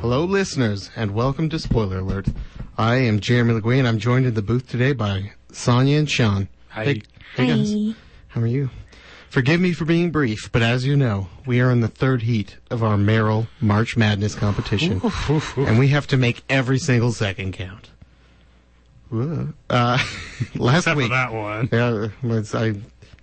Hello, listeners, and welcome to Spoiler Alert. I am Jeremy LeGuay, and I'm joined in the booth today by Sonia and Sean. Hi. Hey, hey guys. Hi. How are you? Forgive me for being brief, but as you know, we are in the third heat of our Merrill March Madness competition, and we have to make every single second count. Whoa. Uh, last Except week, for that one. Yeah, it's, I,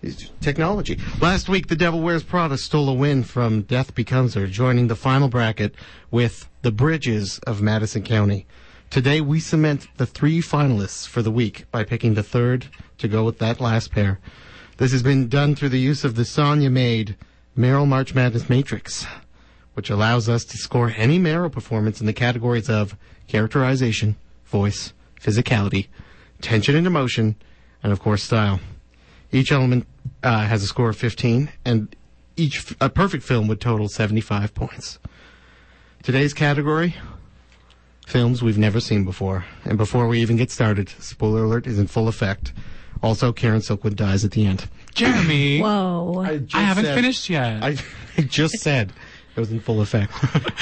it's technology. Last week, The Devil Wears Prada stole a win from Death Becomes Her, joining the final bracket with The Bridges of Madison County. Today, we cement the three finalists for the week by picking the third to go with that last pair. This has been done through the use of the Sonya made Merrill March Madness Matrix, which allows us to score any Merrill performance in the categories of characterization, voice, physicality, tension and emotion, and of course style. Each element uh, has a score of 15, and each f- a perfect film would total 75 points. Today's category: films we've never seen before. And before we even get started, spoiler alert is in full effect. Also, Karen Silkwood dies at the end. Jeremy, Whoa. just I haven't said- finished yet. I, I just said it was in full effect.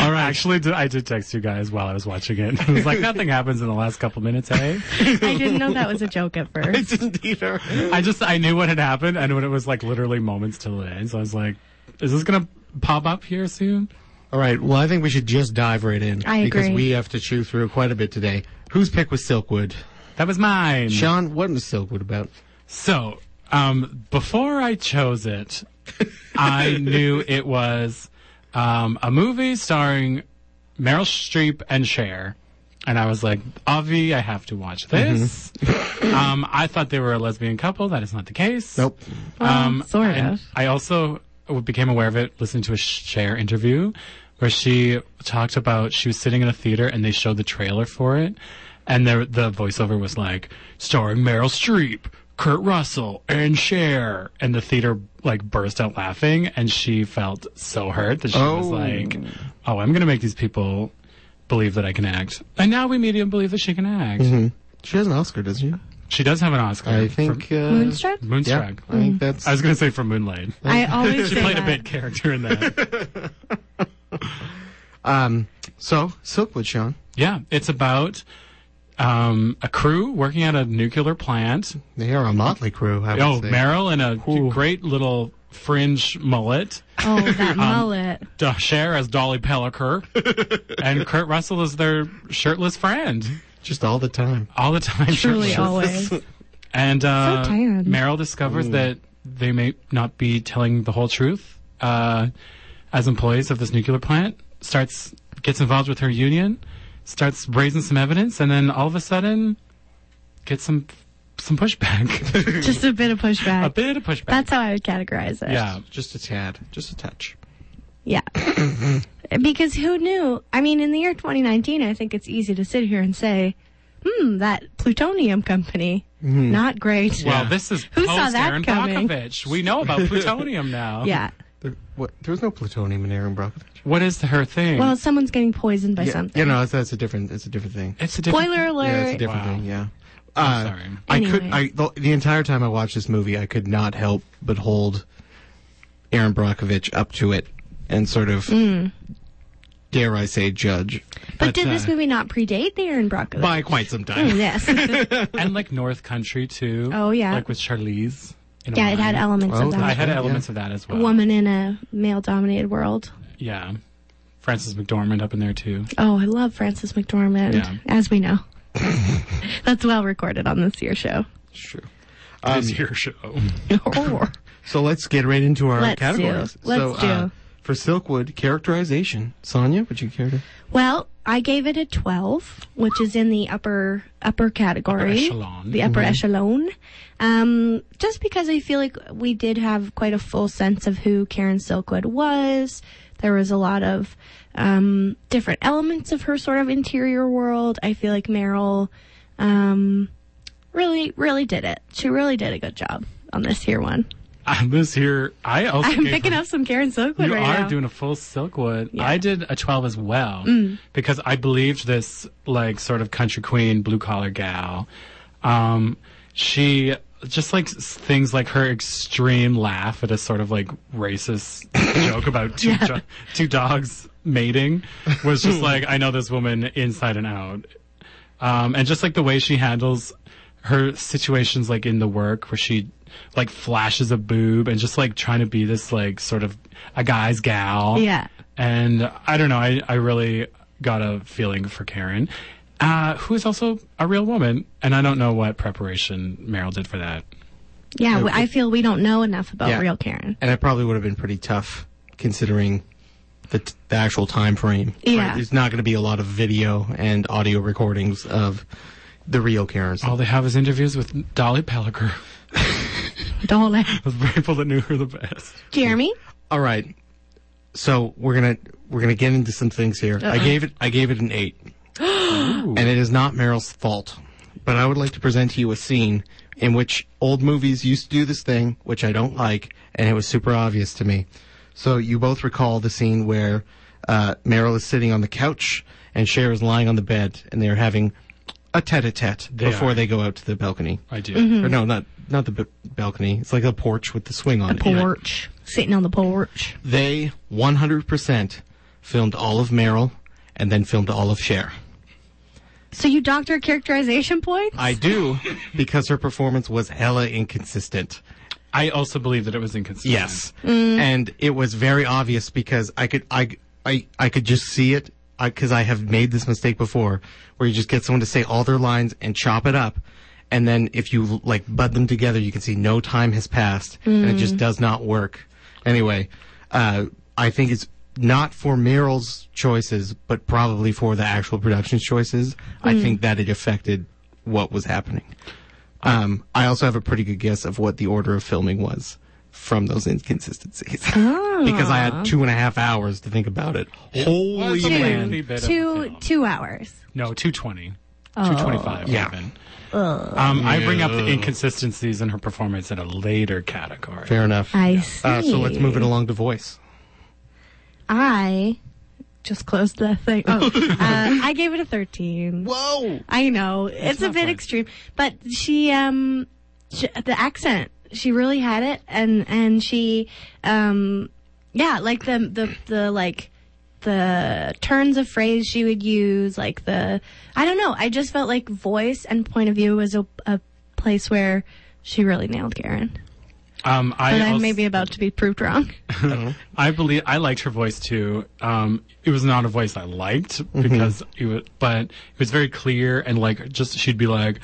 All right. Actually, did- I did text you guys while I was watching it. It was like nothing happens in the last couple minutes, hey? I didn't know that was a joke at first. It's indeed her. I just I knew what had happened, and when it was like literally moments till it ends, I was like, "Is this gonna pop up here soon?" All right. Well, I think we should just dive right in. I Because agree. we have to chew through quite a bit today. Whose pick was Silkwood? That was mine. Sean, what was Silkwood about? So, um, before I chose it, I knew it was um, a movie starring Meryl Streep and Cher. And I was like, Avi, I have to watch this. um, I thought they were a lesbian couple. That is not the case. Nope. Um, sort and of. I also became aware of it listening to a Cher interview where she talked about she was sitting in a theater and they showed the trailer for it, and the the voiceover was like starring Meryl Streep, Kurt Russell, and Cher, and the theater like burst out laughing, and she felt so hurt that she was Oh. like, "Oh, I'm gonna make these people." Believe that I can act, and now we medium believe that she can act. She has an Oscar, doesn't she? She does have an Oscar. Mm-hmm. I for think. Uh, Moonstruck? Yeah, Moonstruck. I Mm-hmm. think that's. I was gonna say for Moonlight. I always She say played that. a bit character in that. um, so Silkwood, Sean. yeah, it's about um, a crew working at a nuclear plant. They are a motley crew. I would Oh, say. Meryl in a Ooh. great little fringe mullet. Oh, that Um, mullet. D- Cher as Dolly Pellicker, and Kurt Russell is their shirtless friend just all the time. all the time. Truly shirtless. always. And uh, So tan. Meryl discovers that they may not be telling the whole truth uh, as employees of this nuclear plant. Starts gets involved with her union, starts raising some evidence, and then all of a sudden, gets some some pushback, Just a bit of pushback. a bit of pushback. That's how I would categorize it. yeah, Just a tad. Just a touch. Yeah. because who knew? I mean, in the year 2019, I think it's easy to sit here and say, hmm, that plutonium company, not great. Mm-hmm. Well, this is Who saw post that Aaron coming? Brockovich. We know about plutonium now. yeah. There, what, there was no plutonium in Aaron Brockovich. What is her thing? Well, someone's getting poisoned by Yeah, something. You know, that's, that's a different. It's a different thing. it's a different. Spoiler Yeah, it's a alert. different Wow. thing. Yeah. I'm Uh, sorry. I could. Anyway. I the, the entire time I watched this movie, I could not help but hold Aaron Brockovich up to it and sort of, Mm. dare I say, judge but did this uh, movie not predate the Aaron Brockovich? Oh, by quite some time. yes. and like North Country too. Oh, yeah. like with Charlize. in yeah, it Iran. had elements Oh, of that. I had Yeah. elements of that as well. woman in a male dominated world. Yeah. Frances McDormand up in there too. Oh, I love Frances McDormand, Yeah. as we know. That's well recorded on this year show. Sure. Um, this year show. Or So let's get right into our Let's do. categories. Let's so, Uh, do. for Silkwood, characterization. Sonia, would you care to? Well, I gave it a 12, which is in the upper upper category, Upper echelon. the upper echelon. Um, just because I feel like we did have quite a full sense of who Karen Silkwood was. There was a lot of um, different elements of her sort of interior world. I feel like Meryl um, really, really did it. She really did a good job on this here one. I'm this here. I also I'm gave picking her- up some Karen Silkwood You right are now. doing a full Silkwood. I did a 12 as well Mm. because I believed this like sort of country queen, blue collar gal. Um, she just like s- things like her extreme laugh at a sort of like racist joke about two, do- two dogs mating was just like I know this woman inside and out, um, and just like the way she handles her situations, like in the work where she like flashes a boob and just like trying to be this like sort of a guy's gal. Yeah. And I don't know, I I really got a feeling for Karen. Uh, who is also a real woman, and I don't know what preparation Meryl did for that. Yeah, we- I feel we don't know enough about Yeah. real Karen. and it probably would have been pretty tough considering the, t- the actual time frame. Yeah. There's not going to be a lot of video and audio recordings of the real Karen. All they have is interviews with Dolly Pellicker, Don't let the people that knew her the best. Jeremy. All right. So we're gonna we're gonna get into some things here. I gave it I gave it an eight, and it is not Meryl's fault. But I would like to present to you a scene in which old movies used to do this thing, which I don't like, and it was super obvious to me. So you both recall the scene where uh, Meryl is sitting on the couch and Cher is lying on the bed, and they are having a tete-a-tete They before are. they go out to the balcony. I do. Or no, not not the b- balcony. It's like a porch with the swing on it. Porch. Sitting on the porch. They 100% filmed all of Meryl and then filmed all of Cher. So you doctor characterization points? I do because her performance was hella inconsistent. I also believe that it was inconsistent. Yes, and it was very obvious because I could I I I could just see it because I, have made this mistake before, where you just get someone to say all their lines and chop it up, and then if you like bud them together, you can see no time has passed, and it just does not work. Anyway, uh, I think it's not for Meryl's choices, but probably for the actual production's choices. I think that it affected what was happening. Um, I also have a pretty good guess of what the order of filming was from those inconsistencies Oh. because I had two and a half hours to think about it. Holy Two. man! Tiny bit of two film. two hours. No, 220. Oh. 225 Yeah. even. Um, I bring up the inconsistencies in her performance in a later category. Fair enough. I see. Uh, so let's move it along to voice. I just closed the thing. Oh, uh, I gave it a thirteen. Whoa! I know it's a not bit fun. extreme, but she um she, the accent she really had it, and and she um yeah like the the the like the turns of phrase she would use like the I don't know I just felt like voice and point of view was a, a place where she really nailed Karen, Um, I, but also, I'm maybe about to be proved wrong. I believe I liked her voice too. Um, it was not a voice I liked Mm-hmm. because it was, but it was very clear and like just she'd be like,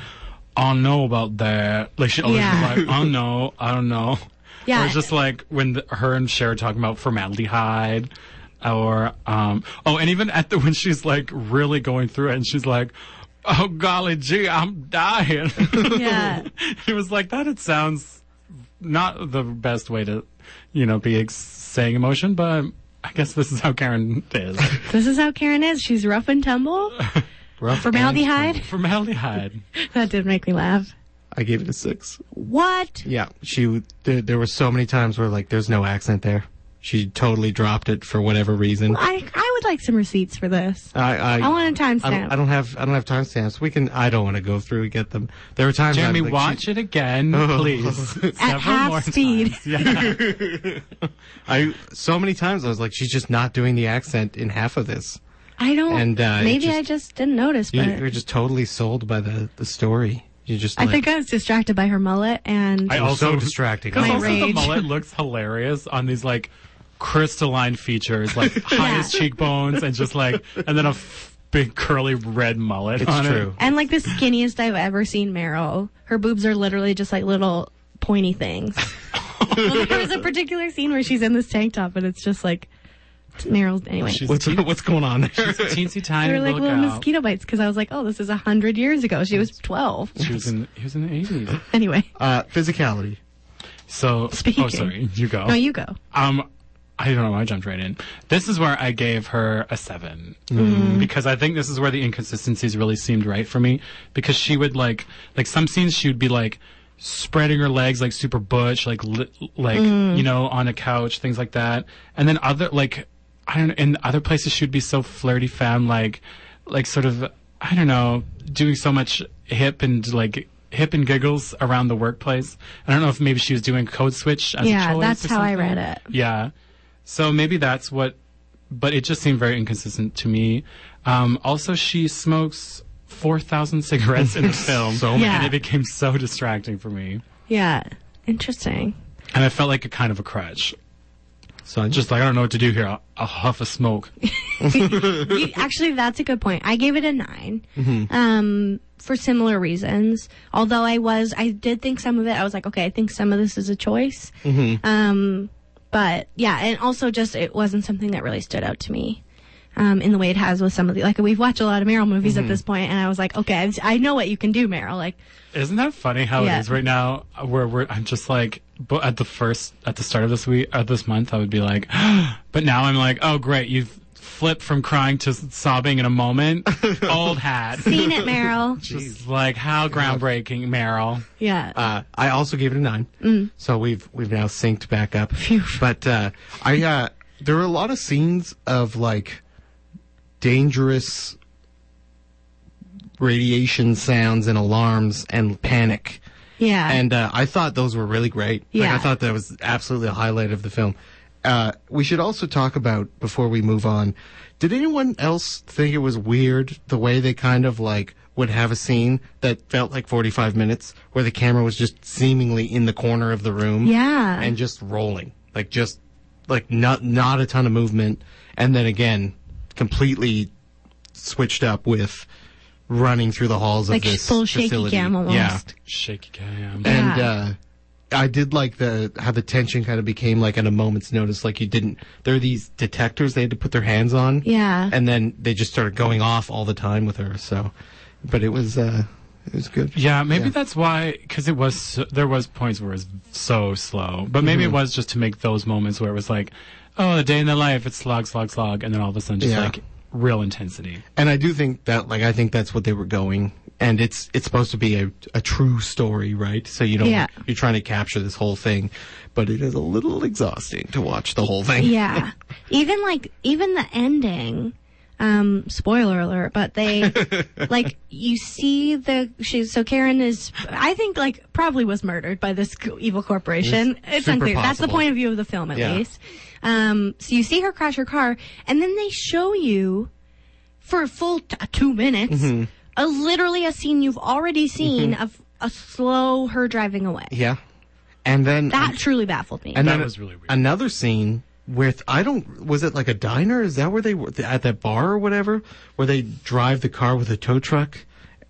"I don't know about that." Like she always Yeah. was like, "I don't know, I don't know." Yeah. Or it's just like when the, her and Cher are talking about formaldehyde, or um, oh, and even at the when she's like really going through it and she's like. Oh golly gee, I'm dying. Yeah. it was like that. It sounds not the best way to, you know, be ex- saying emotion, but I guess this is how Karen is. This is how Karen is. She's rough and tumble. Rough and- Formaldehyde. Formaldehyde. That did make me laugh. I gave it a six. What? Yeah, she. There, there were so many times where like, there's no accent there. She totally dropped it for whatever reason. I I would like some receipts for this. I, I, I want a timestamp. I don't, I don't have. I don't have timestamps. We can. I don't want to go through and get them. There were times. I Jeremy, was like, watch she- it again, Oh. please. At half speed. Yeah. I so many times I was like, she's just not doing the accent in half of this. I don't. And, uh, it maybe just- I just didn't notice, You, but you're just totally sold by the the story. You just. I like, think I was distracted by her mullet and I It was so also- distracting. Because My also the rage. mullet looks hilarious on these like crystalline features, like highest cheekbones and just like, and then a f- big curly red mullet. It's on it. true. and like the skinniest I've ever seen Meryl. Her boobs are literally just like little pointy things. there was a particular scene where she's in this tank top, and it's just like it's Meryl's anyway. She's What's teen- what's going on there? teensy they tiny were like little little girl. mosquito bites because I was like, oh, this is a hundred years ago. She was twelve. She was in, he was in the 80s. Anyway, Uh, physicality. So, Speaking. oh, sorry, you go. no, you go. Um, I don't know. I jumped right in. This is where I gave her a seven because I think this is where the inconsistencies really seemed right for me. Because she would like, like some scenes she would be like spreading her legs like super butch, like li- like you know on a couch, things like that. And then other like I don't know. In other places she would be so flirty femme, like like sort of I don't know, doing so much hip and like. Hip and giggles around the workplace. I don't know if maybe she was doing code switch as a Yeah, choice that's or how I something. read it. Yeah. So maybe that's what but it just seemed very inconsistent to me. Um, also, she smokes 4,000 cigarettes in the film. So many. And Yeah. it became so distracting for me. Yeah. Interesting. And I felt like a kind of a crutch. Sonia? Just like, I don't know what to do here. I'll, I'll huff a smoke. You- actually, that's a good point. I gave it a 9 Mm-hmm. um, for similar reasons. Although I was, I did think some of it. I was like, okay, I think some of this is a choice. Mm-hmm. Um, but yeah, and also just it wasn't something that really stood out to me. Um, in the way it has with some of the like we've watched a lot of Meryl movies Mm-hmm. at this point, and I was like, okay, I've- I know what you can do, Meryl. Like, Isn't that funny how Yeah. it is right now? Where we're, I'm just like, but at the first, at the start of this week, at this month, I would be like, but now I'm like, oh great, you've flipped from crying to s- sobbing in a moment. Old hat. seen it, Meryl. Just like how groundbreaking, Meryl. Yeah, Uh, I also gave it a nine. Mm. So we've we've now synced back up. But uh, I uh, there were a lot of scenes of like dangerous radiation sounds and alarms and panic. yeah, And uh, I thought those were really great. Like, Yeah. I thought that was absolutely the highlight of the film. Uh, we should also talk about, before we move on, did anyone else think it was weird the way they kind of like would have a scene that felt like 45 minutes where the camera was just seemingly in the corner of the room? Yeah. And just rolling. Like, just like not, not a ton of movement. And then again, completely switched up with running through the halls like of this full shaky facility. cam almost. Yeah. Shaky cam. And Yeah. uh, I did like the how the tension kind of became like at a moment's notice. Like you didn't. There are these detectors they had to put their hands on. Yeah. And then they just started going off all the time with her. So, but it was uh, it was good. Yeah, maybe that's why because it was so, there was points where it was so slow, but maybe it was just to make those moments where it was like, oh, the day in the life, it's slog, slog, slog, and then all of a sudden just Yeah. like real intensity. And I do think that like I think that's what they were going. And it's it's supposed to be a, a true story, right? So you don't Yeah. you're trying to capture this whole thing, but it is a little exhausting to watch the whole thing. Yeah. even like even the ending. Um, spoiler alert, but they like you see the she's so Karen is I think like probably was murdered by this co- evil corporation. It's, super unclear. That's the possible. point of view of the film at Yeah. least. Um, so you see her crash her car, and then they show you for a full t- two minutes Mm-hmm. a literally a scene you've already seen of a slow her driving away. Yeah. And then That truly baffled me. And That then was really weird. Another scene with I don't was it like a diner? Is that where they were at that bar or whatever? Where they drive the car with a tow truck,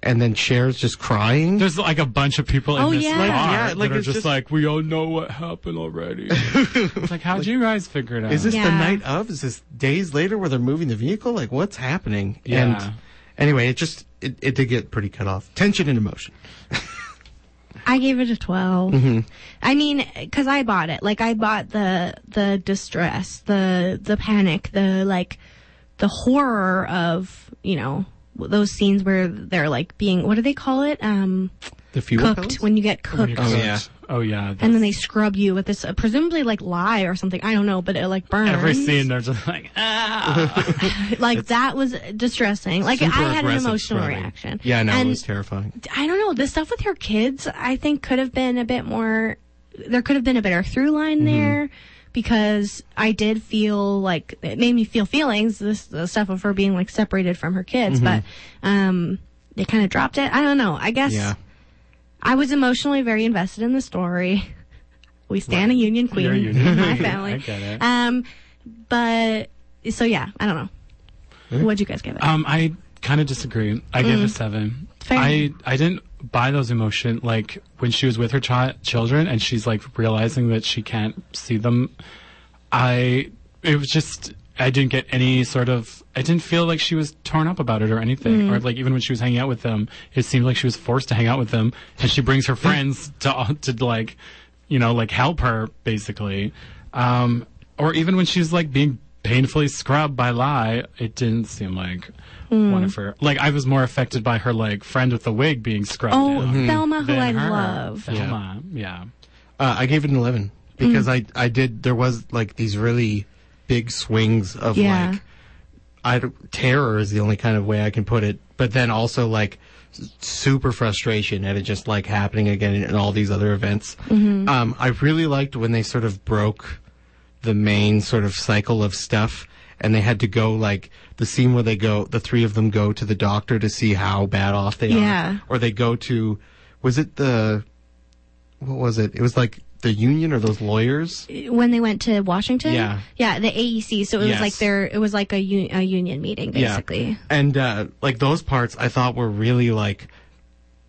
and then Cher's just crying. There's like a bunch of people in Oh, this yeah. bar Like, yeah, like, that are it's just, just- like, we all know what happened already. it's like, how'd you guys figure it out? Is this the Yeah. night of? Is this days later where they're moving the vehicle? Like what's happening? Yeah. And anyway, it just it, it did get pretty cut off. Tension and emotion. I gave it a 12. I mean, cause I bought it. Like I bought the, the distress, the, the panic, the like, the horror of, you know, those scenes where they're like being, what do they call it? Um, The fuel cooked, pellets? when you get cooked. Oh, oh yeah. yeah, oh yeah. And then they scrub you with this, uh, presumably like lye or something. I don't know, but it like burns. Every scene, they're just like, ah, Like that was distressing. Like I Super had an aggressive emotional scrubbing. reaction. Yeah, no, And it was terrifying. I don't know. The stuff with her kids, I think, could have been a bit more. There could have been a better through line Mm-hmm. there, because I did feel like it made me feel feelings. This the stuff of her being like separated from her kids, Mm-hmm. but um, they kind of dropped it. I don't know. I guess Yeah. I was emotionally very invested in the story. We stand a union queen, You're a union my queen. family. I get it. Um, but so yeah, I don't know. What'd you guys give it? Um, I kind of disagree. I gave it a seven. Fair. I I didn't buy those emotion like when she was with her chi- children and she's like realizing that she can't see them. I it was just I didn't get any sort of I didn't feel like she was torn up about it or anything Mm. or like even when she was hanging out with them it seemed like she was forced to hang out with them and she brings her friends to to like you know like help her basically um or even when she was like being painfully scrubbed by lie it didn't seem like Mm. one of her like I was more affected by her like friend with the wig being scrubbed oh, down Thelma, who than I her. love. Thelma, yeah. Uh, I gave it an 11 because Mm. I, I did, there was like these really big swings of Yeah. like, I, don't- terror is the only kind of way I can put it, but then also like s- super frustration at it just like happening again in all these other events. Um, I really liked when they sort of broke the main sort of cycle of stuff and they had to go like the scene where they go, the three of them go to the doctor to see how bad off they Yeah. are, or they go to, was it the, what was it? It was like the union or those lawyers. when they went to Washington. Yeah. Yeah, the AEC. So it was Yes. like their it was like a, u- a union meeting basically. Yeah. And uh, like those parts, I thought were really like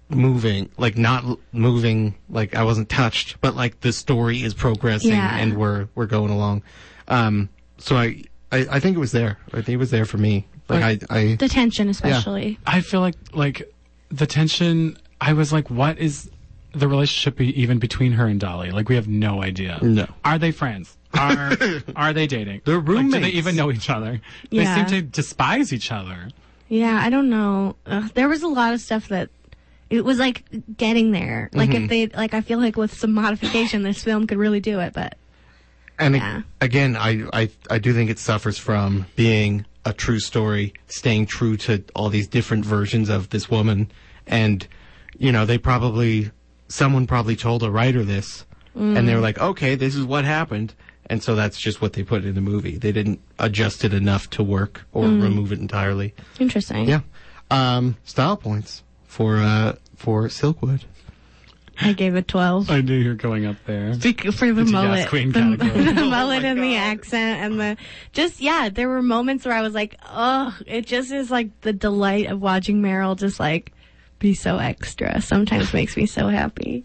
moving, like not l- moving, like I wasn't touched, but like the story is progressing Yeah. and we're we're going along. Um, so I, I I think it was there. I think it was there for me. Like I I The tension especially. I feel like like the tension. I was like, what is the relationship be- even between her and Dolly? Like, we have no idea. No. Are they friends? Are are they dating? They're Like, do roommates. they even know each other? Yeah. They seem to despise each other. Yeah, I don't know. Ugh, there was a lot of stuff that it was like getting there. Like Mm-hmm. if they like I feel like with some modification this film could really do it, but and Yeah. ag- again I, I I do think it suffers from being a true story, staying true to all these different versions of this woman, and you know they probably someone probably told a writer this, and they were like, okay, this is what happened, and so that's just what they put in the movie. They didn't adjust it enough to work or remove it entirely. interesting. Yeah, um, style points for uh, for Silkwood. I gave it 12. I knew you were going up there. Bec- for the Jazz mullet, queen the, category. the mullet and the accent and the just yeah, there were moments where I was like, oh, it just is like the delight of watching Meryl just like be so extra. Sometimes makes me so happy.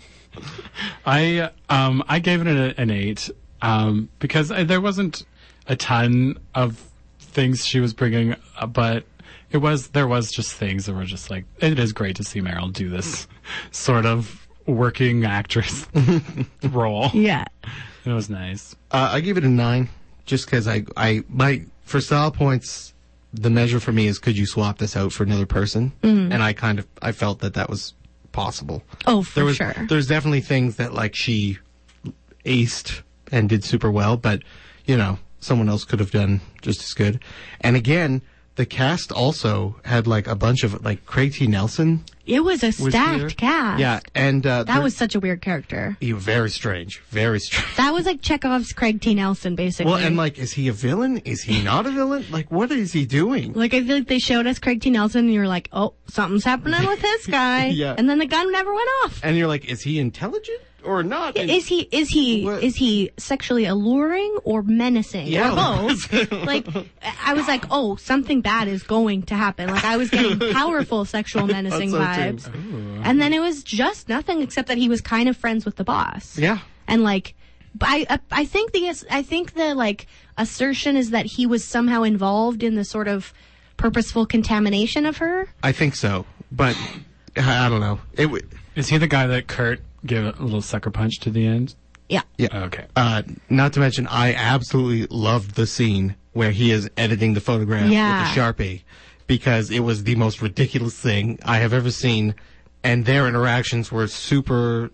I um I gave it an, an eight um because I, there wasn't a ton of things she was bringing, uh, but it was there was just things that were just like it is great to see Meryl do this sort of working actress role. Yeah, It was nice. Uh, I give it a nine, just because I, I, my for style points, the measure for me is could you swap this out for another person? And I kind of I felt that that was possible. Mm-hmm. Oh, for there was, sure. There's definitely things that like she aced and did super well, but you know someone else could have done just as good. And again, the cast also had like a bunch of like Craig T. Nelson. it was a stacked weird. cast. Yeah, and uh, that was such a weird character. he, very strange, very strange. That was like Chekhov's Craig T. Nelson, basically. Well, and like, is he a villain? Is he not a villain? Like, what is he doing? Like I feel like they showed us Craig T. Nelson, and you were like, "Oh, something's happening with this guy." Yeah. And then the gun never went off. And you're like, is he intelligent or not? And- Is he is he What- is he sexually alluring or menacing Yeah, or both? like I was like, oh, something bad is going to happen. Like I was getting powerful sexual menacing so too. vibes, and then it was just nothing except that he was kind of friends with the boss. Yeah. and like but I I- I think the ass- I think the like assertion is that he was somehow involved in the sort of purposeful contamination of her. I think so, but I I don't know. It w- Is he the guy that Kurt gave a little sucker punch to the end? Yeah. yeah. Okay. Uh, not to mention, I absolutely loved the scene where he is editing the photograph Yeah. with a sharpie because it was the most ridiculous thing I have ever seen, and their interactions were super.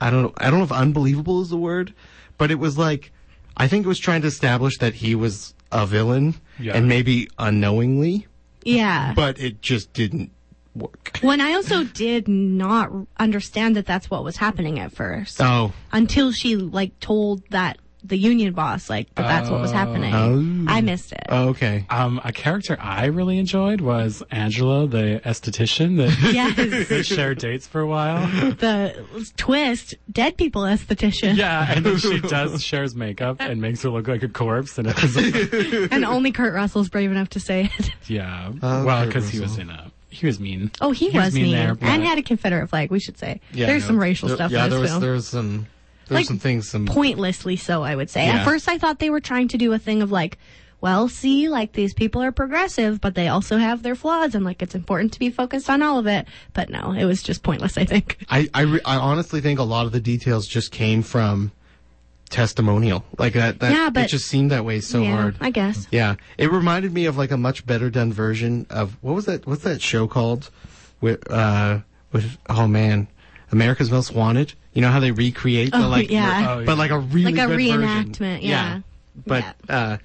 I don't know. I don't know if unbelievable is the word, but it was like I think it was trying to establish that he was a villain, Yeah. and maybe unknowingly, Yeah. but it just didn't work. When I also did not understand that that's what was happening at first Oh, until she like told that the union boss like that that's what was happening. Oh. I missed it. okay. Um, a character I really enjoyed was Angela, the esthetician that Yes, they shared dates for a while. the twist, dead people esthetician, Yeah, and then she does shares makeup and makes her look like a corpse, and it was and only Kurt Russell's brave enough to say it. yeah, Well, 'cause Oh, well, Kurt because he was Russell. in a he was mean. Oh, he, was was mean mean, there, but- and had a Confederate flag. We should say there's no, some racial there- stuff Yeah, in there this was film. there was some there was Like, some things some Pointlessly so, I would say. At Yeah. first, I thought they were trying to do a thing of like, well, see, like these people are progressive, but they also have their flaws, and like it's important to be focused on all of it. But no, it was just pointless. I think. I I, re- I honestly think a lot of the details just came from testimonial. Like that. that Yeah, but- it just seemed that way so yeah, hard. I guess. yeah, it reminded me of like a much better done version of what was that? What's that show called? With uh, with oh man, America's Most Wanted. You know how they recreate the Oh, like, yeah. Oh, yeah. but like a really Like a good reenactment, version. yeah. But Yeah. uh,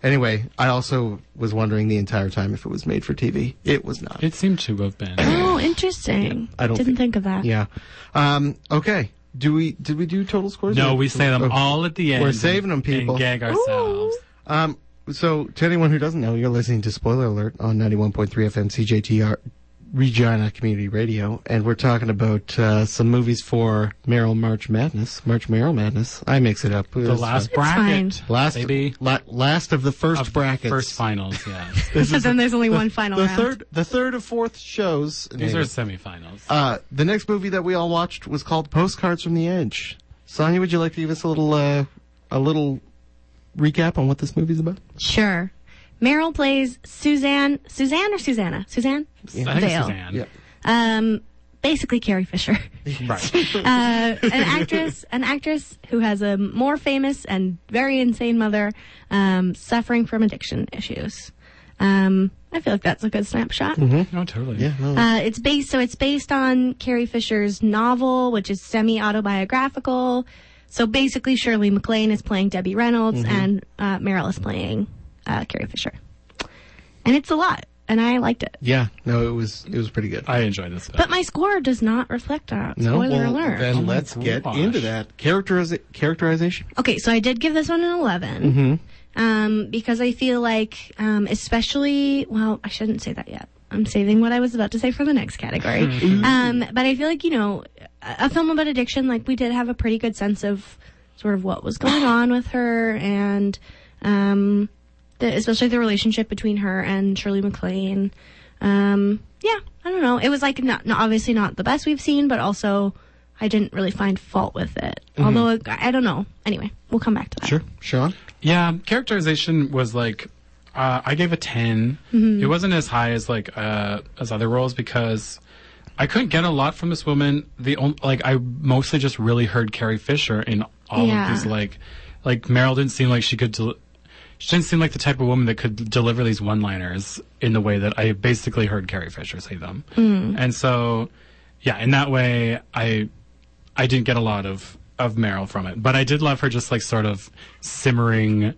anyway, I also was wondering the entire time if it was made for TV. It was not. It seemed to have been. Oh, interesting. I don't didn't think- think, of that. Yeah. Um, okay. Do we did we do total scores? No, Or- we say them Okay. all at the end. We're saving 'em, and- people. And gag ourselves. Um, so to anyone who doesn't know, you're listening to Spoiler Alert on 91.3 FM CJTR Regina Community Radio, and we're talking about uh, some movies for Merrill March Madness, March Merrill Madness. I mix it up. uh, The last fine. bracket. last, Maybe. la- last of the first Of brackets. First finals, yeah. This is then there's only one final the round. third, the third or fourth shows. These Maybe. are semifinals. Uh, the next movie that we all watched was called Postcards from the Edge. Sonia, would you like to give us a little, uh, a little recap on what this movie's about? Sure. Meryl plays Suzanne, Suzanne or Susanna? Suzanne? I think Dale. Suzanne. Um, basically Carrie Fisher. Right. uh, an actress, an actress who has a more famous and very insane mother, um, suffering from addiction issues. Um, I feel like that's a good snapshot. No, totally. Yeah, no, Uh, it's based, so it's based on Carrie Fisher's novel, which is semi-autobiographical. So basically, Shirley MacLaine is playing Debbie Reynolds, Mm-hmm. and uh, Meryl is playing uh, Carrie Fisher. And it's a lot, and I liked it. yeah, no, it was, it was pretty good. I enjoy this. Bit. But my score does not reflect on it. no, Spoiler well, alert. then Oh my let's get gosh. into that characteriz- characterization. Okay, so I did give this one an Mm-hmm. 11. Mm-hmm. Um, because I feel like, um, especially, well, I shouldn't say that yet. I'm saving what I was about to say for the next category. um, but I feel like, you know, a a film about addiction, like we did have a pretty good sense of sort of what was going on with her and, um, the, especially the relationship between her and Shirley MacLaine. Um, yeah, I don't know. It was like not, not obviously not the best we've seen, but also I didn't really find fault with it. Although I, I don't know. Anyway, we'll come back to that. Sure, Sean. Yeah, characterization was like uh, I gave a 10 It wasn't as high as like uh, as other roles because I couldn't get a lot from this woman. The on- like I mostly just really heard Carrie Fisher in all Yeah. of these like like Meryl didn't seem like she could. Del- she didn't seem like the type of woman that could deliver these one-liners in the way that I basically heard Carrie Fisher say them. And so, yeah, in that way, I I didn't get a lot of of Meryl from it, but I did love her just like sort of simmering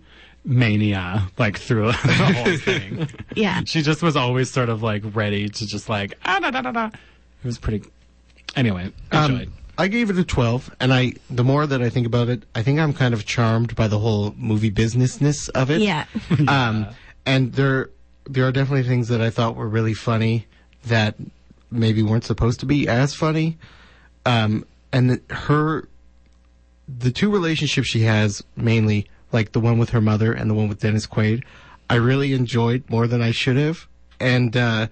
mania like through the whole thing. Yeah. she just was always sort of like ready to just like ah da da da da. It was pretty. Anyway, Um, enjoyed. I gave it a 12, and I the more that I think about it, I think I'm kind of charmed by the whole movie businessness of it. Yeah. Um, and there there are definitely things that I thought were really funny that maybe weren't supposed to be as funny. Um, and that her the two relationships she has mainly, like the one with her mother and the one with Dennis Quaid, I really enjoyed more than I should have. And uh,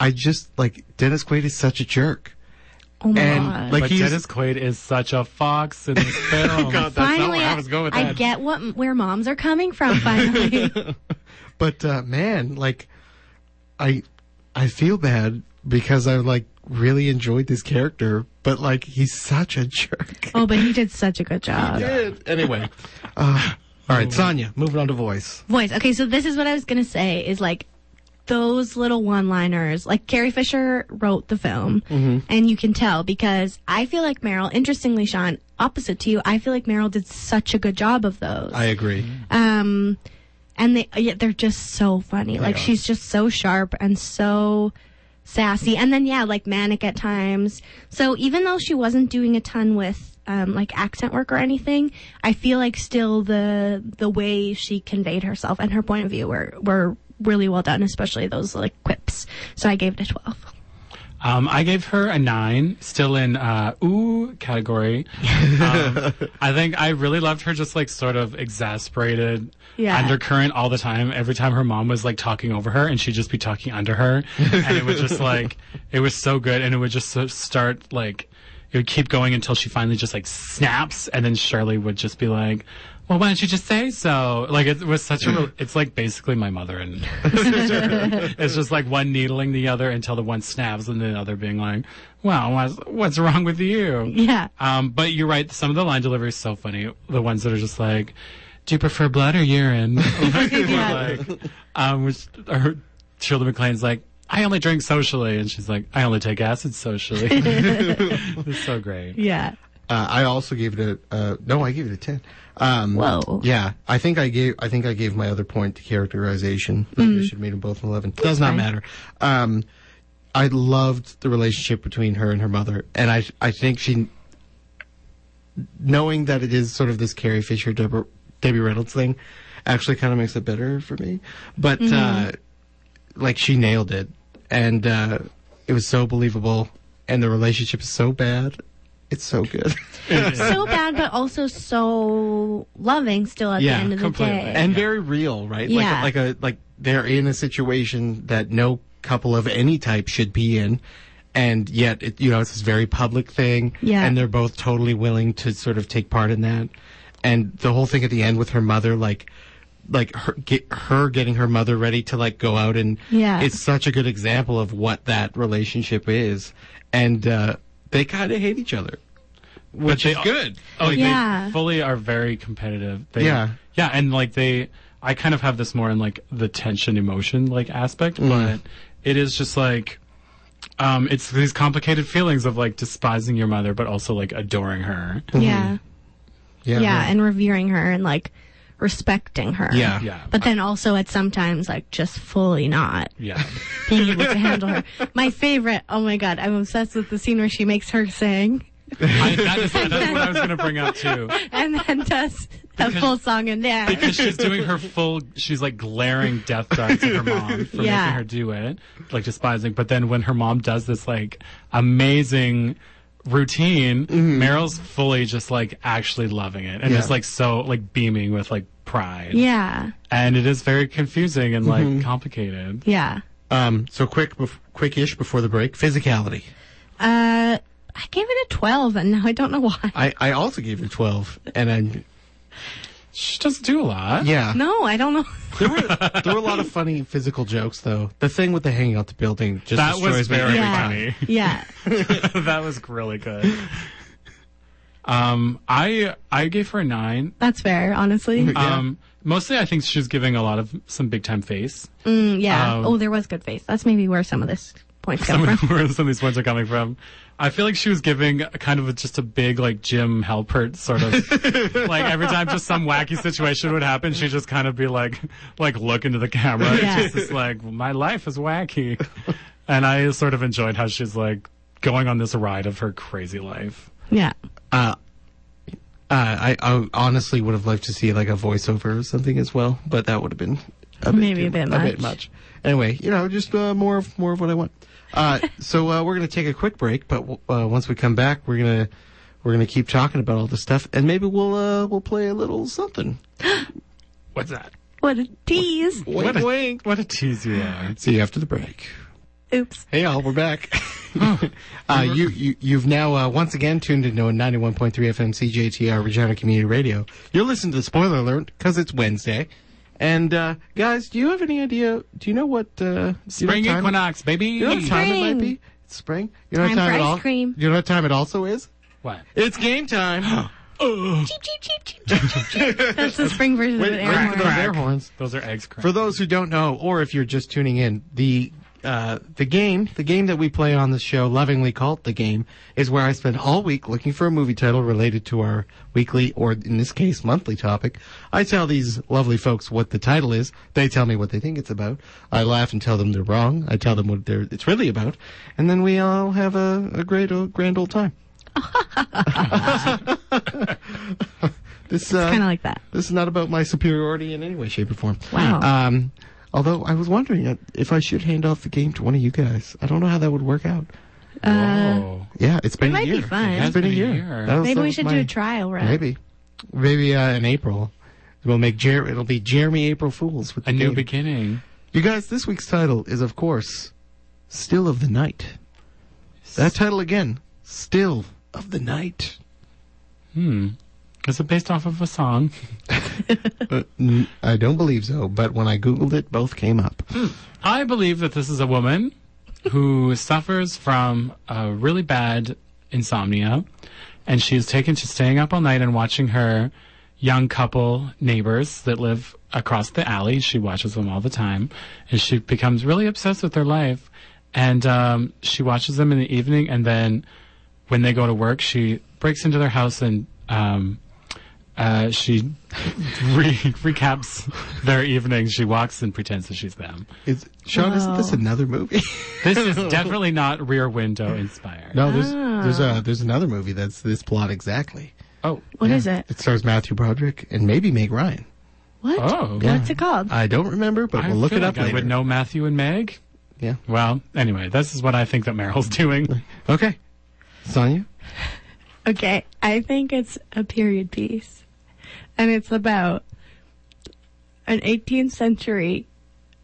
I just like Dennis Quaid is such a jerk. Oh my And, god. like, but he's- Dennis Quaid is such a fox in this film. God, that's not finally, where I was going with I that. get what where moms are coming from. Finally, But uh, man, like I I feel bad because I like really enjoyed this character, but like he's such a jerk. oh, but he did such a good job. Anyway. Uh, all right, Sonia, moving on to voice. Voice. Okay, so this is what I was gonna say is like those little one-liners. Like Carrie Fisher wrote the film, Mm-hmm. and you can tell because I feel like Meryl. Interestingly, Sean, opposite to you, I feel like Meryl did such a good job of those. agree. um and they yeah, they're just so funny like are. she's just so sharp and so sassy and then yeah like manic at times so even though she wasn't doing a ton with um, like accent work or anything i feel like still the the way she conveyed herself and her point of view were were really well done especially those like quips so i gave it a 12 Um, I gave her a nine, still in uh, ooh category. Um, I think I really loved her, just like sort of exasperated Yeah. undercurrent all the time. Every time her mom was like talking over her, and she'd just be talking under her, and it was just like it was so good, and it would just so- start like it would keep going until she finally just like snaps, and then Shirley would just be like. Well, why don't you just say so? Like it was such a. rel- It's like basically my mother and it's just like one needling the other until the one snaps and the other being like, well, what's, what's wrong with you? Yeah. Um, but you're right. Some of the line delivery is so funny. The ones that are just like, do you prefer blood or urine? Like, we're Yeah. like, um, which her, Shirley MacLaine's like, I only drink socially. And she's like, I only take acid socially. it's so great. yeah Uh, I also gave it a uh, no. I gave it a ten. Um, Whoa. Yeah, I think I gave I think I gave my other point to characterization. Maybe I should have made them both an eleven. Does not fine. matter. Um, I loved the relationship between her and her mother, and I I think she knowing that it is sort of this Carrie Fisher Deborah, Debbie Reynolds thing, actually kind of makes it better for me. But uh, like she nailed it, and uh, it was so believable, and the relationship is so bad. It's so good. so bad, but also so loving still at Yeah, the end of completely. the day. and very real, right? Yeah. Like, like a like they're in a situation that no couple of any type should be in, and yet it, you know it's this very public thing. Yeah. and they're both totally willing to sort of take part in that, and the whole thing at the end with her mother, like. Like her, get, her getting her mother ready to like go out and Yeah. it's such a good example of what that relationship is, and uh, they kind of hate each other, which they is al- good. Oh, like, Yeah. they fully are very competitive. They, Yeah. Yeah, and like they, I kind of have this more in like the tension emotion like aspect, Mm. but it is just like, um, it's these complicated feelings of like despising your mother, but also like adoring her. Mm. yeah. Yeah, yeah, right. and revering her and like respecting her. Yeah. Yeah. But then also at sometimes like just fully not Yeah. being able to handle her. My favorite, oh my god, I'm obsessed with the scene where she makes her sing I, that is, that's what I was going to bring up too. and then does a full song in there. Because she's doing her full, she's like glaring death threats at her mom for Yeah. making her do it, like despising. But then when her mom does this like amazing routine, Meryl's fully just like actually loving it and Yeah. is like so like beaming with like pride. yeah. And it is very confusing and like complicated. Yeah. Um, so quick, bef- quick-ish before the break. Physicality. Uh I gave it a 12 and now I don't know why. Uh, I, I also gave it a 12, and I'm She doesn't do a lot. yeah. No, I don't know. There were there were a lot of funny physical jokes though. The thing with the hanging out the building just That destroys was me very every yeah. time. funny. Yeah. that was really good. Um, I, I gave her a nine. That's fair, honestly. Um, mostly, I think she's giving a lot of some big time face. Mm, yeah. um, oh, there was good face. That's maybe where some of this points Some come of, from. where some of these points are coming from. I feel like she was giving a kind of a, just a big like Jim Halpert sort of like every time just some wacky situation would happen, she'd just kind of be like like look into the camera. and Yeah. Just, is like my life is wacky, and I sort of enjoyed how she's like going on this ride of her crazy life. Yeah. Uh, uh, I, I honestly would have liked to see like a voiceover or something as well, but that would have been a bit Maybe a too- bit A bit much. much. Anyway, you know, just uh, more of more of what I want. Uh, so uh, we're gonna take a quick break, but w- uh, once we come back, we're gonna we're gonna keep talking about all this stuff, and maybe we'll uh, we'll play a little something. What's that? What a tease. Wink, a, wink. What a tease you are. See you after the break. Oops. Hey, all, we're back. uh, you, you, you've now uh, once again tuned into 91.3 FM CJTR Regina Community Radio. You're listening to the spoiler alert because it's Wednesday. And uh, guys, do you have any idea? Do you know what uh, do you know Spring what time- equinox, baby. Do you know what time it might Spring. be? It's spring. You know what Time time for it ice all? cream. You know what time it also is? What? It's game time. Cheep, cheep, cheep, cheep, cheep, cheep, cheep. That's the spring version of Wait, an wait air for horn. those air horns. Those are eggs. Crack. For those who don't know, or if you're just tuning in, the uh, the game, the game that we play on the show, lovingly called the game, is where I spend all week looking for a movie title related to our weekly or, in this case, monthly topic. I tell these lovely folks what the title is. They tell me what they think it's about. I laugh and tell them they're wrong. I tell them what they're, it's really about, and then we all have a, a great old, grand old time. this uh, Kind of like that. this is not about my superiority in any way, shape, or form. Wow. Um, although I was wondering uh, if I should hand off the game to one of you guys. I don't know how that would work out. Whoa. Yeah, it's been It a might be year. fun. It Uh, It's Oh. has been, a year. That was- Maybe that we was should my- do a trial round. Maybe, maybe uh, in April. We'll make Jer- it'll be Jeremy April Fools with A the new game. beginning. You guys, this week's title is of course "Still of the Night." That title again, "Still of the Night." Hmm. Is it based off of a song? N- I don't believe so, but when I googled it, both came up. Hmm. I believe that this is a woman who suffers from a really bad insomnia, and she is taken to staying up all night and watching her young couple neighbors that live across the alley. She watches them all the time, and she becomes really obsessed with their life. And um, she watches them in the evening, and then when they go to work, she breaks into their house and um, uh, she re- recaps their evening. She walks and pretends that she's them. Is, Sean, isn't this Wow. another movie? This is definitely not Rear Window inspired. No, there's Ah. there's a there's another movie that's this plot exactly. Oh, What is it? It stars Matthew Broderick and maybe Meg Ryan. What? Oh. Yeah. What's it called? I don't remember, but I we'll look feel it up like I later. would know Matthew and Meg. Yeah. Mm-hmm. Well, anyway, this is what I think that Meryl's doing. Okay. Sonia? Okay, I think it's a period piece. And it's about an 18th century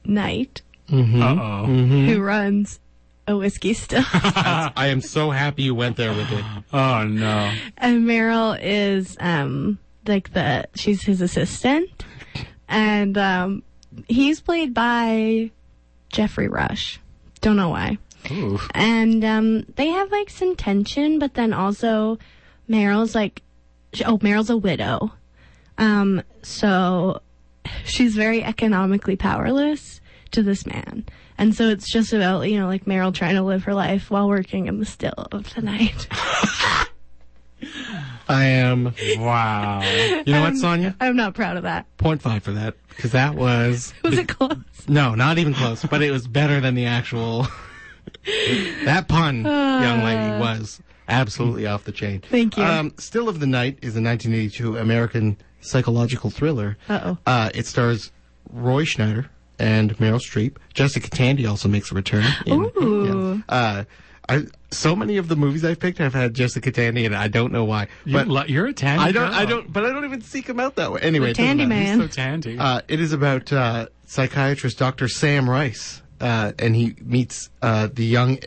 knight Uh oh. Mm-hmm. who runs a whiskey still. I am so happy you went there with it. Oh no. and Meryl is um like the she's his assistant. And um he's played by Jeffrey Rush. Don't know why. Ooh. and um, they have like some tension, but then also Meryl's like, sh oh, Meryl's a widow, um, so she's very economically powerless to this man, and so it's just about you know like Meryl trying to live her life while working in the still of the night. I am. Wow. You know what, Sonia? I'm not proud of that. Point five for that because that was Was it close? no, not even close. But it was better than the actual. that pun, young lady, was absolutely off the chain. Ah. Thank you. Um, Still of the Night is a 1982 American psychological thriller. Uh-oh. Uh, it stars Roy Schneider and Meryl Streep. Jessica Tandy also makes a return. in- Ooh. yeah. Uh, I, so many of the movies I've picked have had Jessica Tandy, and I don't know why. You, but lo- you're a tandy. I don't. girl. I don't. But I don't even seek them out that way. Anyway, it doesn't Tandy matter. man. So tandy. Uh, it is about uh, psychiatrist Dr. Sam Rice, uh, and he meets uh, the young,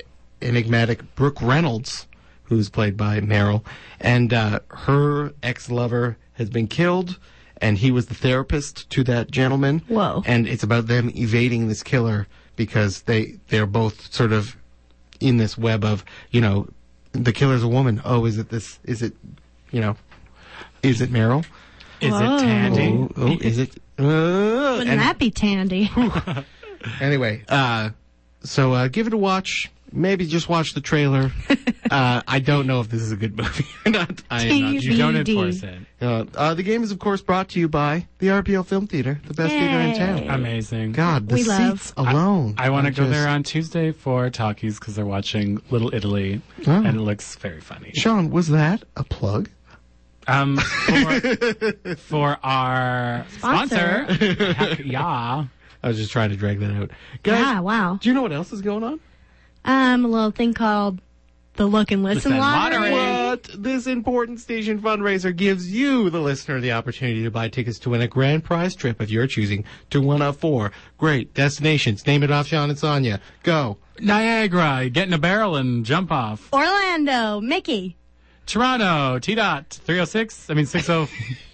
enigmatic Brooke Reynolds, who's played by Meryl, and uh, her ex-lover has been killed, and he was the therapist to that gentleman. Whoa. And it's about them evading this killer because they they're both sort of in this web of you know the killer's a woman. Oh, is it this? Is it you know? Is it Meryl? is Whoa. it tandy? Oh, oh, is it? Uh, Wouldn't and- that be Tandy? Anyway, uh, so uh, give it a watch. Maybe just watch the trailer. uh, I don't know if this is a good movie or not. I am not. Jeez. You don't BD. enforce it. Uh, uh, the game is, of course, brought to you by the RPL Film Theater, the best theater in Yay. town. Amazing. God, the We love- seats alone. I want are to go just- there on Tuesday for talkies because they're watching Little Italy, Oh. and it looks very funny. Sean, was that a plug? Um, for, for our sponsor, Heck yeah, I was just trying to drag that out. Guys, yeah, Ah, wow. do you know what else is going on? Um, a little thing called the Look and Listen, Listen lottery. Lottery. But this important station fundraiser gives you, the listener, the opportunity to buy tickets to win a grand prize trip of your choosing to one of four great destinations. Name it off, Sean and Sonia. Go. Niagara, get in a barrel and jump off. Orlando, Mickey, Toronto, T dot three hundred six. I mean six hundred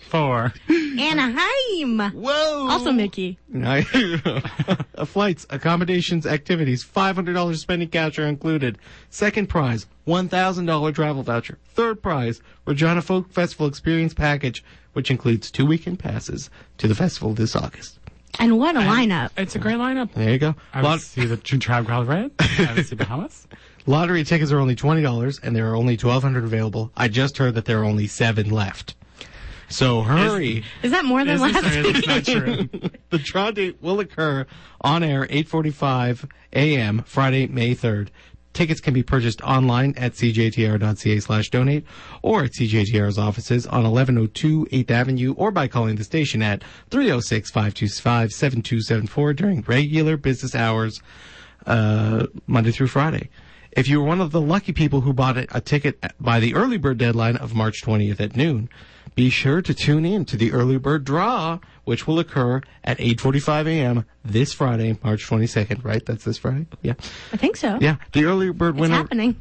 four. Anaheim. Whoa! Also Mickey. Uh, Flights, accommodations, activities, $500 spending cash are included. Second prize, $1,000 travel voucher. Third prize, Regina Folk Festival Experience Package, which includes two weekend passes to the festival this August. And what a lineup. It's a great lineup. There you go. I Lot- would see the Tr- Tribe Called Red. I would see Bahamas. Lottery tickets are only twenty dollars, and there are only twelve hundred available. I just heard that there are only seven left. So hurry! Is that more than Is this last or is week? this not true? the draw date will occur on air eight forty-five a.m. Friday, May third. Tickets can be purchased online at cjtr.ca/donate or at cjtr's offices on 1102 8th Avenue or by calling the station at 306-525-7274 during regular business hours uh, Monday through Friday. If you were one of the lucky people who bought a ticket by the early bird deadline of March 20th at noon, be sure to tune in to the early bird draw, which will occur at 8:45 a.m. this Friday, March 22nd. Right? That's this Friday. Yeah, I think so. yeah. The early bird winner happening.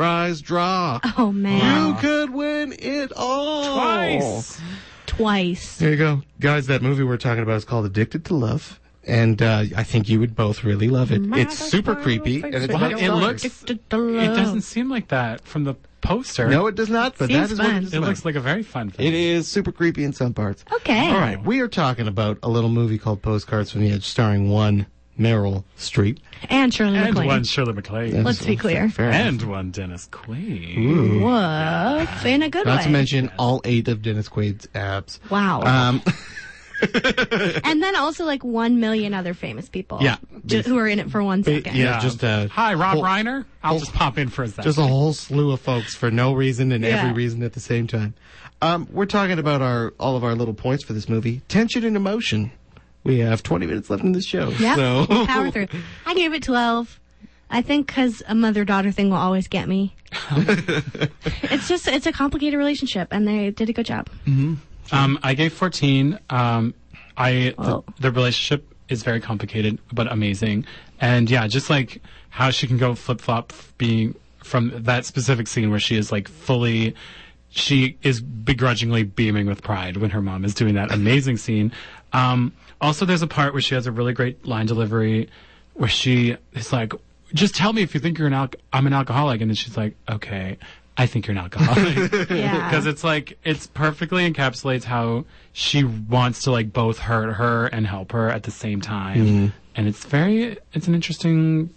Oh man, You could win it all Twice. twice. there you go, guys. That movie we're talking about is called "Addicted to Love," and uh, I think you would both really love it. It's super creepy, and it's Well, about it looks. It Love. doesn't seem like that from the poster. no, it does not. But that Seems is what fun. it is. It about. looks like a very fun film. it is super creepy in some parts. Okay. All right, we are talking about a little movie called "Postcards from the Edge," starring one Meryl Streep. And Shirley And MacLaine. one Shirley MacLaine. Let's be clear. Fair enough. And one Dennis Quaid. Woof. In a good Not way. to mention all eight of Dennis Quaid's abs. Wow. Um, and then also like one million other famous people. Yeah. ju- who are in it for one second. yeah. just uh, a- hi, Rob Well- Reiner. I'll just pop in for a second. Just a whole slew of folks for no reason and every Yeah. reason at the same time. Um, we're talking about our all of our little points for this movie: tension and emotion. We have 20 minutes left in this show, Yep. so we'll Power through. I gave it 12. I think because a mother daughter thing will always get me. it's just, it's a complicated relationship, and they did a good job. Um, I gave 14. Um, I the, Wow. the relationship is very complicated but amazing, and yeah, just like how she can go flip flop being from that specific scene where she is like fully. She is begrudgingly beaming with pride when her mom is doing that amazing scene. Um, also, there's a part where she has a really great line delivery where she is like, "Just tell me if you think you're an alc- I'm an alcoholic," and then she's like, "Okay, I think you're an alcoholic." Yeah. because it's like it's perfectly encapsulates how she wants to like both hurt her and help her at the same time Mm-hmm. and it's very it's an interesting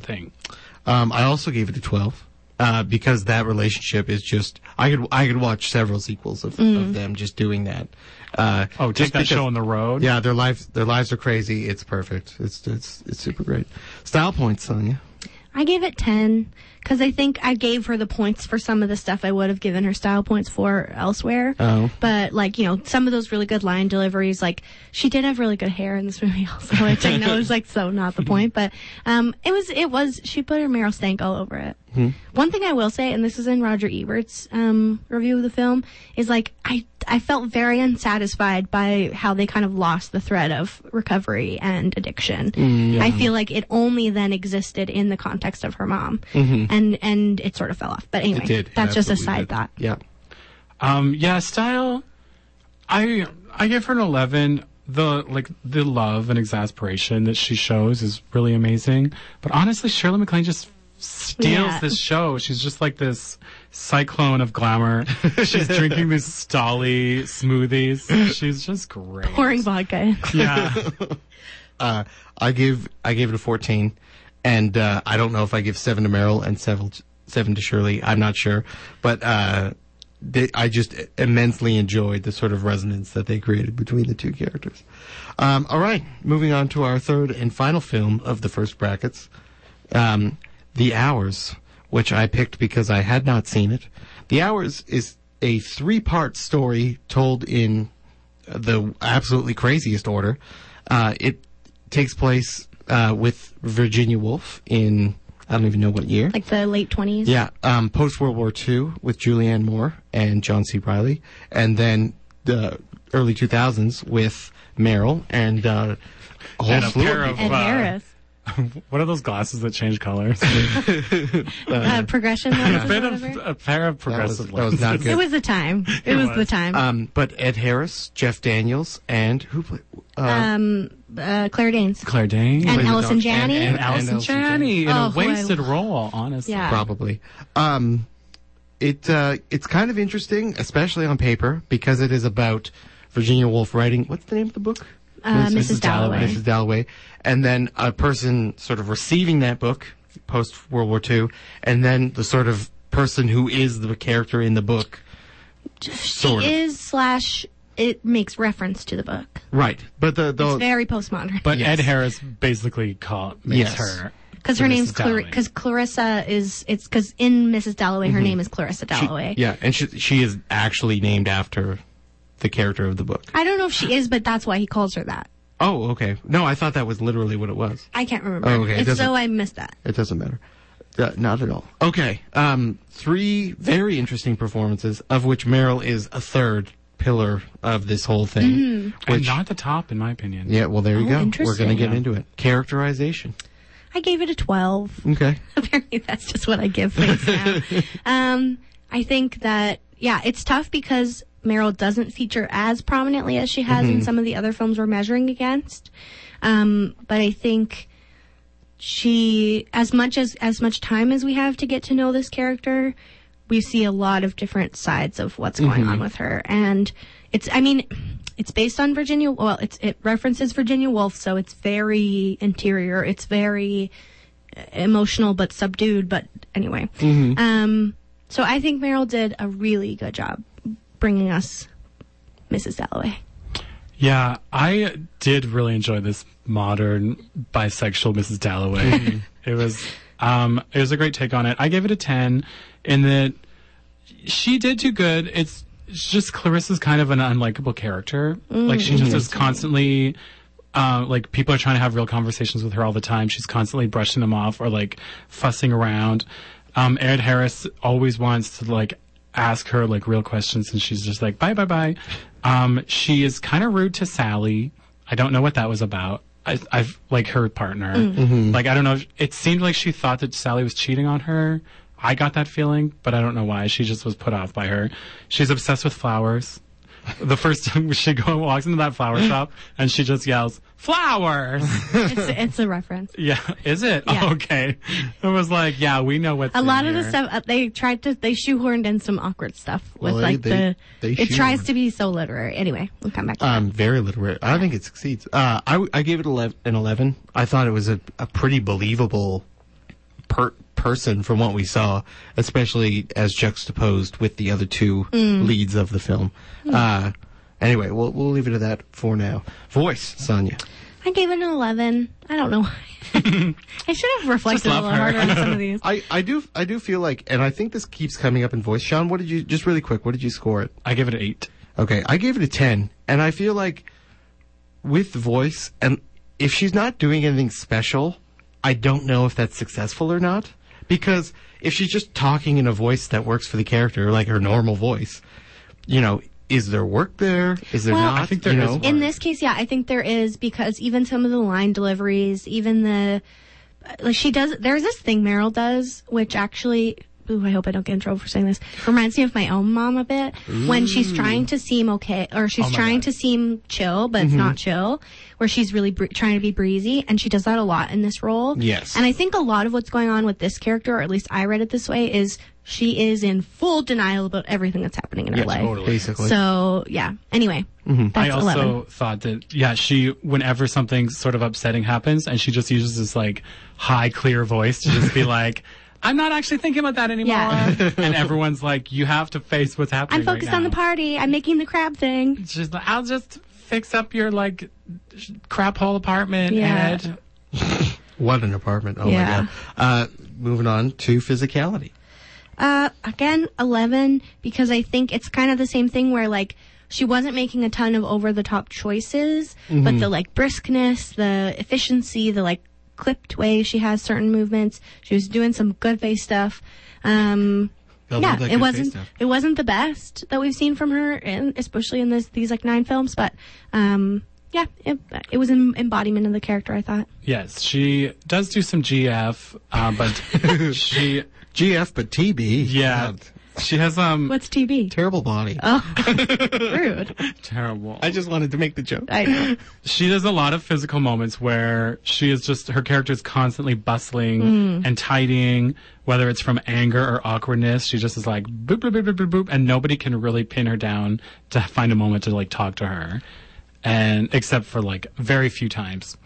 thing Um, I also gave it a 12 uh, because that relationship is just I could I could watch several sequels of, Mm-hmm. of them just doing that. Uh, oh take just that because- show on the road Yeah, their lives their lives are crazy. It's perfect. It's it's it's super great. Style points, Sonia. I gave it 10 because I think I gave her the points for some of the stuff I would have given her style points for elsewhere. Oh. But, like, you know, some of those really good line deliveries, like, she did have really good hair in this movie also, which I know is, like, so not the point, but, um, it was, it was, she put her Meryl Stank all over it. Hmm. One thing I will say, and this is in Roger Ebert's, um, review of the film, is, like, I, I felt very unsatisfied by how they kind of lost the thread of recovery and addiction. Mm, I feel like it only then existed in the context of her mom, and and it sort of fell off. But anyway, Mm-hmm. It did. It that's just a absolutely did. side thought. Yeah. um yeah style i i give her an 11 the like the love and exasperation that she shows is really amazing but honestly shirley MacLaine just steals Yeah. this show she's just like this cyclone of glamour she's drinking these stolly smoothies she's just great Pouring vodka. yeah Uh, I give I gave it a 14, and uh, I don't know if I give seven to Meryl and seven seven to Shirley. I'm not sure, but uh, they, I just immensely enjoyed the sort of resonance that they created between the two characters. Um, all right, moving on to our third and final film of the first brackets, um, The Hours, which I picked because I had not seen it. The Hours is a three part story told in the absolutely craziest order. Uh, it takes place uh, with Virginia Woolf in I don't even know what year. like the late twenties. yeah, um, post World War II with Julianne Moore and John C. Riley, and then the early 2000s with Meryl and uh, a whole And a slew pair people. of- and Wow. Harris. What are those glasses that change colors? Uh, Oh, progression. lenses a, or bit of, whatever. a pair of that was, progressive that was not it good. was the time. It, was, the was. time. Um, but Ed Harris, Jeff Daniels, and who played uh, um, uh, Claire Danes. Claire Dane And played the Allison doc- and- Janney? and- and Allison Allison Janney. Janney in Oh, a who I- wasted role, honestly. Yeah. probably. Um, it uh, it's kind of interesting, especially on paper, because it is about Virginia Woolf writing. What's the name of the book? Uh, Mrs. Mrs. Dalloway. Mrs. Dalloway, and then a person sort of receiving that book post World War II, and then the sort of person who is the character in the book. She sort of. is slash. It makes reference to the book. Right, but the the It's very postmodern. But Yes. Ed Harris basically call, makes Yes. her. Because her Mrs. name's Dalloway. because Clarissa is it's because in Mrs. Dalloway her name is Clarissa Mm-hmm. she- Dalloway. yeah, and she she is actually named after the character of the book. I don't know if she is, but that's why he calls her that. Oh, okay. No, I thought that was literally what it was. I can't remember. Oh, okay. It And doesn't- so I missed that. It doesn't matter. Uh, not at all. Okay. Um, three very interesting performances, of which Meryl is a third pillar of this whole thing. And not the top, in my opinion. Mm-hmm. Yeah, well, there you Oh, go. We're interesting. going to get Yeah. into it. Characterization. I gave it a 12. Okay. Apparently that's just what I give things now. um, I think that, yeah, it's tough because Meryl doesn't feature as prominently as she has in some of the other films we're measuring against. Um, but I think she, as much as, as much time as we have to get to know this character, we see a lot of different sides of what's going on with her. And it's, I mean, it's based on Virginia, well, it's, it references Virginia Woolf, so it's very interior. It's very, emotional but subdued. But anyway, Mm-hmm. um, so I think Meryl did a really good job bringing us Mrs. Dalloway. Yeah, I did really enjoy this modern bisexual Mrs. Dalloway. Mm-hmm. it was um it was a great take on it. I gave it a 10 in that she did do good. It's it's just Clarissa's kind of an unlikable character. Mm-hmm. like she just is constantly uh, like people are trying to have real conversations with her all the time. She's constantly brushing them off or like fussing around. Um, Ed Harris always wants to like ask her like real questions, and she's just like bye bye bye. Um, she is kind of rude to Sally. I don't know what that was about. I, I've like her partner. Like I don't know. if- It seemed like she thought that Sally was cheating on her. I got that feeling, but I don't know why. She just was put off by her. She's obsessed with flowers the first time she go walks into that flower shop and she just yells flowers it's, it's a reference. yeah is it Yeah. okay it was like yeah we know what's A in lot of the here. stuff uh, they tried to they shoehorned in some awkward stuff with Well, they- like they- the they it tries shoehorned. to be so literary. Anyway, we'll come back. To Um, very literary. I think it succeeds. Uh, I, w- I gave it 11, an 11. I thought it was a, a pretty believable per- person from what we saw, especially as juxtaposed with the other two leads of the film. Uh, anyway, we'll, we'll leave it at that for now. Voice, Sonia. that. I gave it an eleven. I don't know why. I should have reflected a love little her. harder on some of these. I, I do I do feel like, and I think this keeps coming up in voice. Sean, what did you just really quick? What did you score it? i give it an eight Okay, I gave it a 10, and I feel like with voice, and if she's not doing anything special, I don't know if that's successful or not. Because if she's just talking in a voice that works for the character, like her normal voice, you know, is there work there? Is there Well, not? I think there you is know? work. In this case, yeah, I think there is because even some of the line deliveries, even the like she does. There's this thing Meryl does, which actually. Ooh, I hope I don't get in trouble for saying this. Reminds me of my own mom a bit when she's trying to seem okay, or she's Mm. Oh my trying God. Mm-hmm. to seem chill, but it's not chill. Where she's really br- trying to be breezy, and she does that a lot in this role. Yes. and I think a lot of what's going on with this character, or at least I read it this way, is she is in full denial about everything that's happening in her life. totally. Mm-hmm. Basically. So yeah. Anyway, that's i also 11. thought that yeah she whenever something sort of upsetting happens and she just uses this like high clear voice to just be like i'm not actually thinking about that anymore Yeah. and everyone's like you have to face what's happening I'm focused right on the now." party. I'm making the crab thing. She's like, I'll just fix up your like sh- crap hole apartment, Yeah. Ed. What an apartment. Oh Yeah. my God. Uh, moving on to physicality. Uh, again, 11, because I think it's kind of the same thing where like, she wasn't making a ton of over the top choices, but Mm-hmm. the like briskness, the efficiency, the like clipped way she has certain movements. She was doing some good face stuff. Um, I love that yeah, it good face wasn't stuff. it wasn't the best that we've seen from her, in, especially in this these like nine films. But um, yeah, it, it was an embodiment of the character. I thought. Yes, she does do some GF, uh, but she, GF, but TB. yeah, God, she has um What's TB? terrible body. Oh. Rude. terrible. I just wanted to make the joke. I know. she does a lot of physical moments where she is just her character is constantly bustling and tidying, whether it's from anger or awkwardness. She just is like boop boop boop boop boop boop, and nobody can really pin her down to find a moment to like talk to her, and except for like very few times.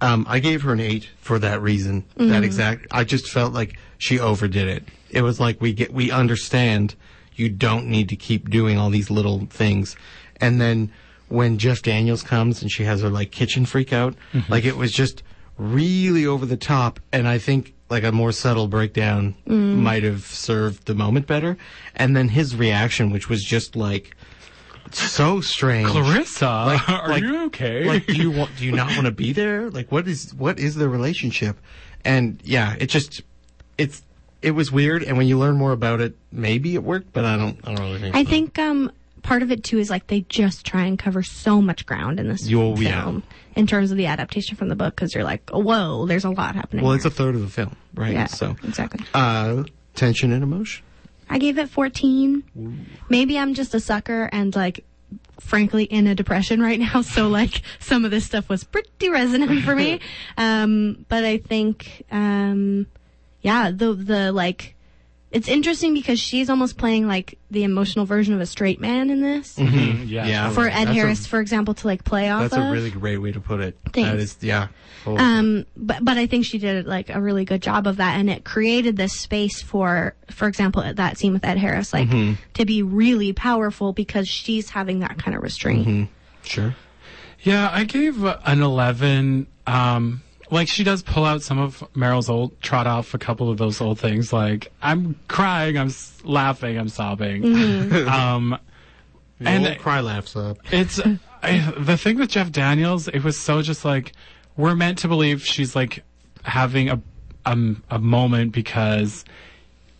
Um, I gave her an eight for that reason. That exact. I just felt like she overdid it. It was like we get, we understand you don't need to keep doing all these little things. And then when Jeff Daniels comes and she has her like kitchen freak out, like it was just really over the top. And I think like a more subtle breakdown might have served the moment better. And then his reaction, which was just like so strange. Clarissa, Like- are like- you okay? like do you want do you not want to be there like what is what is the relationship and yeah it just it's it was weird and when you learn more about it maybe it worked but i don't i don't really think I so. think um, part of it too is like they just try and cover so much ground in this Yo, film yeah. in terms of the adaptation from the book because you're like, whoa, there's a lot happening. well it's a here. third of the film right yeah, so exactly. uh tension and emotion I gave it 14. Maybe I'm just a sucker and like, frankly, in a depression right now. So like, some of this stuff was pretty resonant for me. Um, but I think, um, yeah, the the like, it's interesting because she's almost playing like the emotional version of a straight man in this. Mm, yeah. Yeah. for Ed That's a- Harris, for example, to like play off that's of. a really great way to put it that Thanks. is yeah Holy um, but but I think she did like a really good job of that, and it created this space for, for example, at that scene with Ed Harris, Mm-hmm. Mm-hmm. like to be really powerful because she's having that kind of restraint. sure Yeah, I gave an 11. Um, like she does pull out some of Meryl's old, trot off a couple of those old things. Like I'm crying, I'm s- laughing, I'm sobbing. um, And And- old cry laughs up. it's I, the thing with Jeff Daniels. It was so just like we're meant to believe she's like having a um, a moment because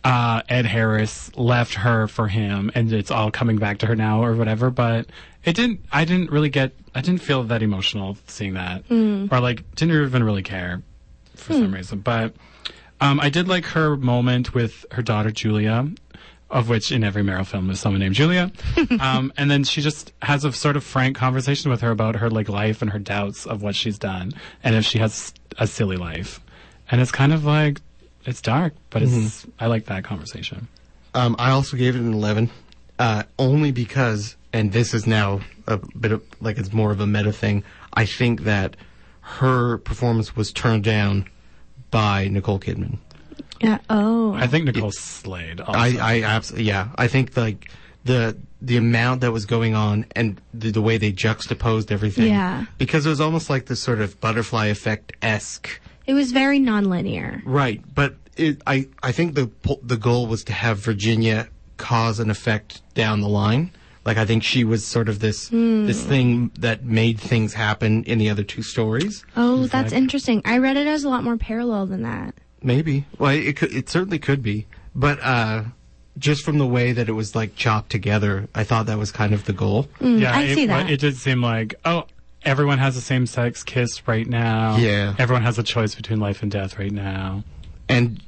uh, Ed Harris left her for him, and it's all coming back to her now or whatever. But it didn't. I didn't really get. I didn't feel that emotional seeing that, or like didn't even really care for some reason. But um, I did like her moment with her daughter Julia, of which in every Meryl film is someone named Julia. um, and then she just has a sort of frank conversation with her about her like life and her doubts of what she's done and if she has a silly life. And it's kind of like it's dark, but Mm-hmm. it's I like that conversation. Um, I also gave it an 11, uh, only because, and this is now a bit of, like it's more of a meta thing, I think that her performance was turned down by Nicole Kidman. Yeah. Oh. I think Nicole Slade. Also. I, I absolutely, yeah. I think like the the amount that was going on and the, the way they juxtaposed everything. Yeah. Because it was almost like this sort of butterfly effect esque. it was very nonlinear. Right, but it, I I think the po- the goal was to have Virginia cause an effect down the line. Like I think she was sort of this this thing that made things happen in the other two stories. Oh, that's interesting. I read it as a lot more parallel than that. Maybe. Well, it could, it certainly could be, but uh, just from the way that it was like chopped together, I thought that was kind of the goal. yeah, Mm, I it, see wa- that. It did seem like oh. Everyone has the same sex kiss right now. Yeah. Everyone has a choice between life and death right now. and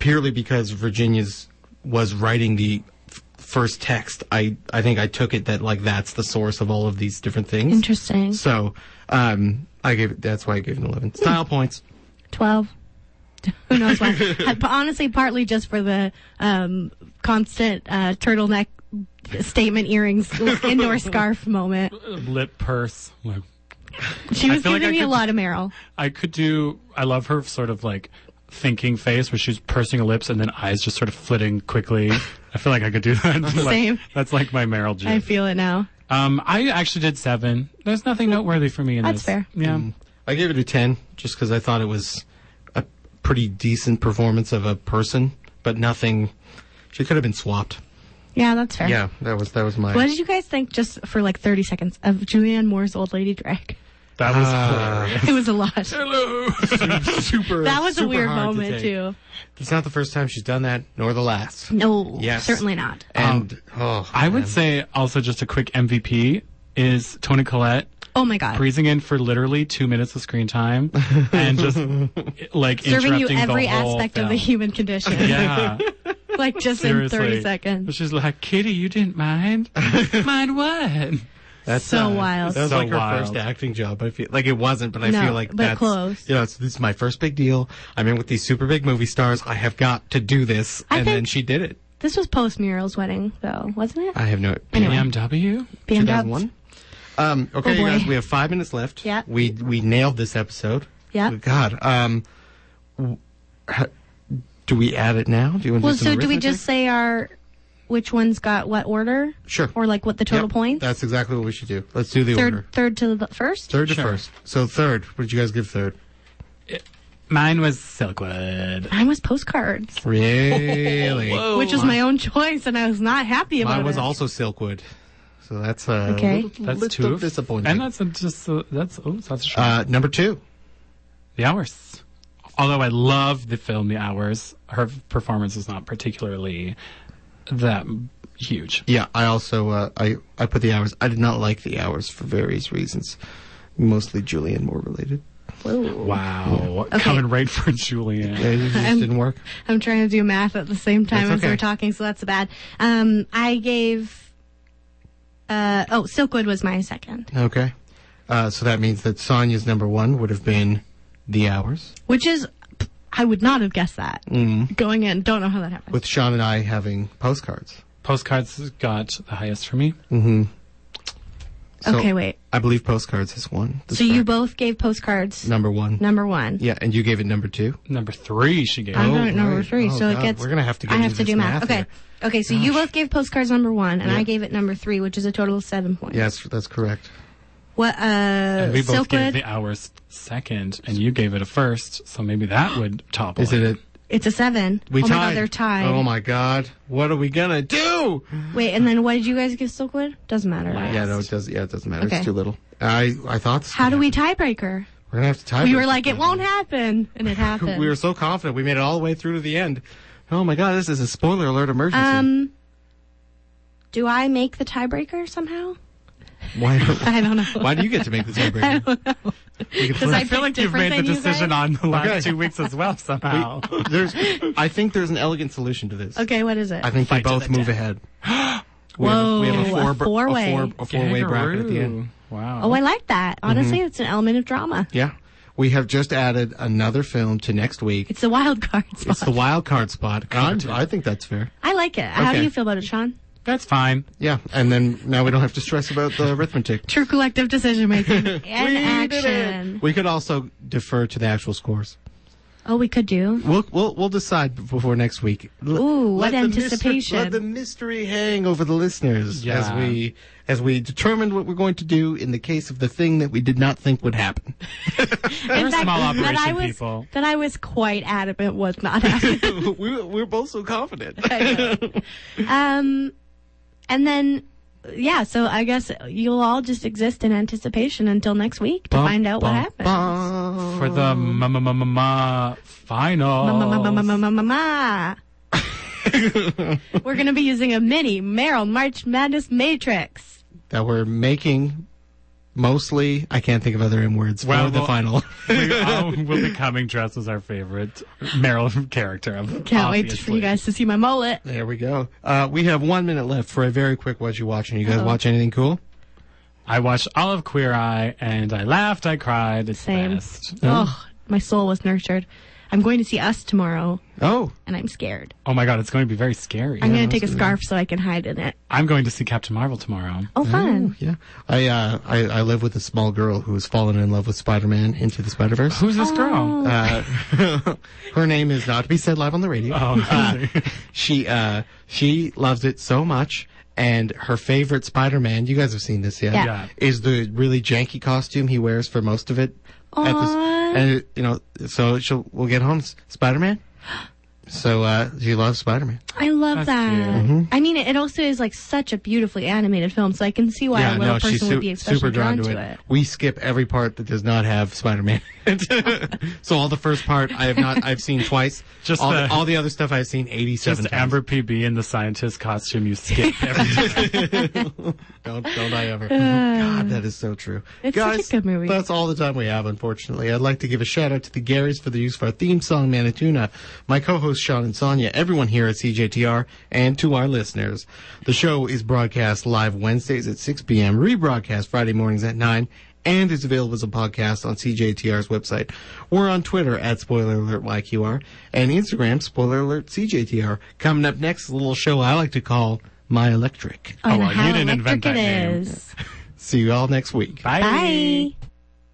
purely because Virginia's was writing the f- first text, I I think I took it that like that's the source of all of these different things. Interesting. So um, I gave it, that's why I gave it an eleven. Style points. 12. Who knows why? Uh, but honestly, partly just for the um, constant uh, turtleneck statement earrings indoor scarf moment. Lip purse. Like, She was feel like giving I me a could- lot of Meryl. I could do. I love her sort of like thinking face where she's pursing her lips and then eyes just sort of flitting quickly. I feel like I could do that. Like, Same. that's like my Meryl gif. I feel it now. um, I actually did seven. There's nothing noteworthy for me in That's this. fair. Yeah. I gave it a ten just because I thought it was a pretty decent performance of a person, but nothing. She could have been swapped. Yeah, that's fair. Yeah, that was that was my. What did you guys think, just for like 30 seconds, of Julianne Moore's old lady drag? That was Uh, hilarious. It was a lot. Hello. super. That was a super weird hard to moment, take. Oh. too. It's not the first time she's done that, nor the last. No, Yes. certainly not. And oh, I would man. say also just a quick MVP is Tony Collette Oh my God. breezing in for literally two minutes of screen time and just like Serving you interrupting the every whole aspect of the film. human condition. Yeah. Like just Seriously. in 30 seconds. She's like, Kitty, you didn't mind? mind what? That's So wild. That was So like her wild. first acting job. I feel like it wasn't, but I No, feel like but that's close. You know, it's, this is my first big deal. I'm in with these super big movie stars. I have got to do this, I and think- then she did it. This was post Muriel's wedding, though, wasn't it? I have no Anyway. BMW? BM Dubs. 2001. Um, okay, uh, Oh, you guys, boy. we have five minutes left. Yeah. we we nailed this episode. Yeah. God. Um, w- ha- do we add it now? Do you want to Well, do some so do we arithmetic? just say our which one's got what order? Sure. Or like what the total Yep, points? That's exactly what we should do. Let's do the third, order. third to the first. Third to Sure. first. So third. What did you guys give third? Mine was Silkwood. Mine was postcards, Really? which was my own choice, and I was not happy about Oh Mine was it. also Silkwood. So that's uh, Okay. a little, That's little two. disappointing. And that's a, just, uh that's, oh, that's short. uh, number two. the Hours. Although I love the film The Hours, her performance is not particularly that huge. Yeah, I also uh, I I put the hours. I did not like the hours for various reasons, mostly Julian Moore related. Whoa. Wow. Coming right for Julian. It just I'm- didn't work. I'm trying to do math at the same time That's as okay. we're talking, so that's bad. Um, I gave. Uh, oh, Silkwood was my second, Okay, uh, so that means that Sonya's number one would have been the hours, which is I would not have guessed that going in. Don't know how that happened. Mm-hmm. with Sean and I having postcards. Postcards got the highest for me. So okay, wait. I believe postcards is one. This So you bracket. both gave postcards number one. number one. Yeah, and you gave it number two. Number three, she gave. I'm Oh, doing it number right. three, Oh, so it God. gets. We're gonna have to I get have into to this do math. math okay. here. Okay, so you both gave postcards number one, and Yeah. I gave it number three, which is a total of seven points. Yes, that's correct. What uh, And we both gave Silkwood? the hours second, and you gave it a first, so maybe that would topple. Is it a, it's a seven. we oh tied? my god, they're tied. Oh my god, what are we gonna do? Wait, and then what did you guys give Silkwood? Doesn't matter. right? Yeah, no, it does. Yeah, it doesn't matter. Okay. It's too little. I I thought. How do we tiebreaker? We're gonna have to tie. We this. were like, it won't happen, and it happened. We were so confident. We made it all the way through to the end. Oh my god, this is a spoiler alert emergency. um, do I make the tiebreaker somehow? why? I don't know. Why do you get to make the tiebreaker? We can 'Cause flip. I feel like you've made different the than you guys? decision on the last Okay. two weeks as well somehow. There's, I think there's an elegant solution to this. Okay, what is it? I think we Fight to both the move death. ahead. We have a- we have a Whoa, four, a br- four-way. a four, a four-way bracket at the end. Wow. Oh, I like that. Mm-hmm. Honestly, it's an element of drama. Yeah, we have just added another film to next week. It's the wild card spot. It's the wild card spot. I'm- I think that's fair. I like it. How do Okay. you feel about it, Sean? That's fine. Yeah, and then now we don't have to stress about the arithmetic. True collective decision making and did it. action. We could also defer to the actual scores. Oh, we could do. We'll we'll, we'll decide before next week. L- Ooh, let what the mystery- anticipation. let the mystery hang over the listeners Yeah. as we as we determine what we're going to do in the case of the thing that we did not think would happen. In We're small that I operation was people. that I was quite adamant was not happening. we we're both so confident. um, and then yeah, so I guess you'll all just exist in anticipation until next week to find out what happens. For the ma ma ma ma ma final. Oh. Ma- ma- ma- ma- ma- ma- ma- ma- ma. We're gonna be using a mini Merrill March Madness Matrix. that we're making mostly I can't think of other M words Well, for the well- final. we all will Um, be coming dressed as our favorite Meryl character. Can't wait for you guys to see my mullet. there we go. Uh, we have one minute left for a very quick what you watching. You guys Uh-oh. watch anything cool? I watched all of Queer Eye and I laughed, I cried. It's Same. best. Oh, my soul was nurtured. I'm going to see Us tomorrow, Oh, and I'm scared. Oh my god, it's going to be very scary. I'm going that's to take a good. scarf so I can hide in it. I'm going to see Captain Marvel tomorrow. Oh, fun. yeah. I uh, I, I live with a small girl who has fallen in love with Spider-Man into the Spider-Verse. Who's Oh. this girl? Uh, her name is not to be said live on the radio. Oh, Uh, she uh, she loves it so much, and her favorite Spider-Man. You guys have seen this, yeah? Yeah. Yeah. Is the really janky costume he wears for most of it. at this- Aw. and it- you know, so she'll we'll get home S- Spider-Man. So uh, she loves Spider-Man. I That's love that. cute. I mean, it also is like such a beautifully animated film, so I can see why a little person would be especially drawn, to it. We skip every part that does not have Spider-Man. so all the first part I have not I've seen twice. Just all the, the- all the other stuff I've seen 87 Just times. Amber PB in the scientist costume you skip every Don't, don't I ever. God, that is so true. It's such a Guys, good movie. That's all the time we have, unfortunately. I'd like to give a shout out to the Garys for the use of our theme song, Manituna, my co-host Sean and Sonia, everyone here at CJTR, and to our listeners. The show is broadcast live Wednesdays at 6 p.m., rebroadcast Friday mornings at 9, and is available as a podcast on CJTR's website. We're on Twitter at Spoiler Alert YQR and Instagram Spoiler Alert CJTR. Coming up next, a little show I like to call My Electric. Oh, and well, you how didn't electric invent that it name. is. See you all next week. Bye.